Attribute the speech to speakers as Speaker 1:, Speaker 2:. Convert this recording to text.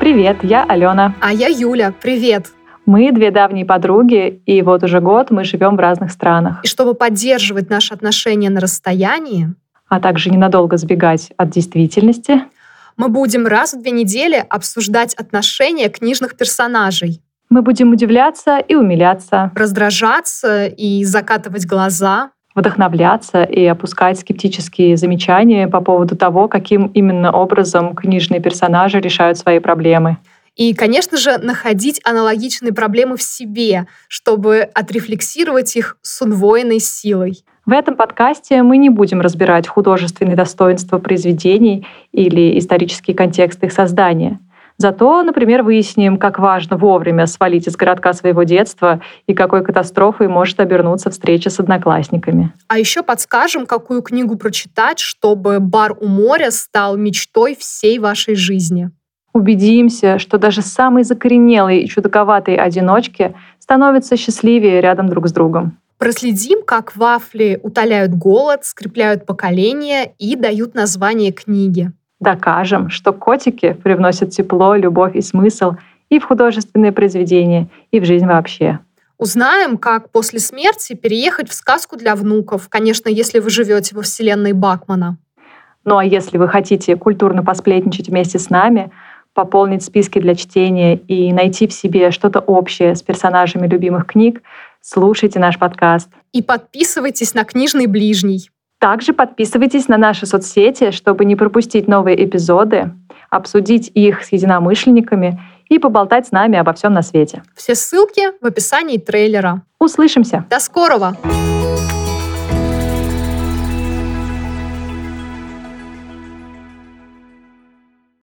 Speaker 1: Привет, я Алена.
Speaker 2: А я Юля. Привет.
Speaker 1: Мы две давние подруги, и вот уже год мы живем в разных странах,
Speaker 2: И чтобы поддерживать наши отношения на расстоянии,
Speaker 1: а также ненадолго сбегать от действительности.
Speaker 2: мы будем раз в две недели обсуждать отношения книжных персонажей,
Speaker 1: Мы будем удивляться и умиляться,
Speaker 2: раздражаться и закатывать глаза,
Speaker 1: вдохновляться и опускать скептические замечания по поводу того, каким именно образом книжные персонажи решают свои проблемы.
Speaker 2: и, конечно же, находить аналогичные проблемы в себе, чтобы отрефлексировать их с удвоенной силой.
Speaker 1: В этом подкасте мы не будем разбирать художественные достоинства произведений или исторический контекст их создания. Зато, например, выясним, как важно вовремя свалить из городка своего детства и какой катастрофой может обернуться встреча с одноклассниками.
Speaker 2: А еще подскажем, какую книгу прочитать, чтобы «Бар у моря» стал мечтой всей вашей жизни.
Speaker 1: Убедимся, что даже самые закоренелые и чудаковатые одиночки становятся счастливее рядом друг с другом.
Speaker 2: Проследим, как вафли утоляют голод, скрепляют поколения и дают название книги.
Speaker 1: Докажем, что котики привносят тепло, любовь и смысл и в художественные произведения, и в жизнь вообще.
Speaker 2: Узнаем, как после смерти переехать в сказку для внуков, конечно, если вы живете во вселенной Бакмана.
Speaker 1: Ну а если вы хотите культурно посплетничать вместе с нами, пополнить списки для чтения и найти в себе что-то общее с персонажами любимых книг, слушайте наш подкаст.
Speaker 2: И подписывайтесь на книжный ближний.
Speaker 1: Также подписывайтесь на наши соцсети, чтобы не пропустить новые эпизоды, обсудить их с единомышленниками и поболтать с нами обо всем на свете.
Speaker 2: Все ссылки в описании трейлера.
Speaker 1: Услышимся!
Speaker 2: До скорого!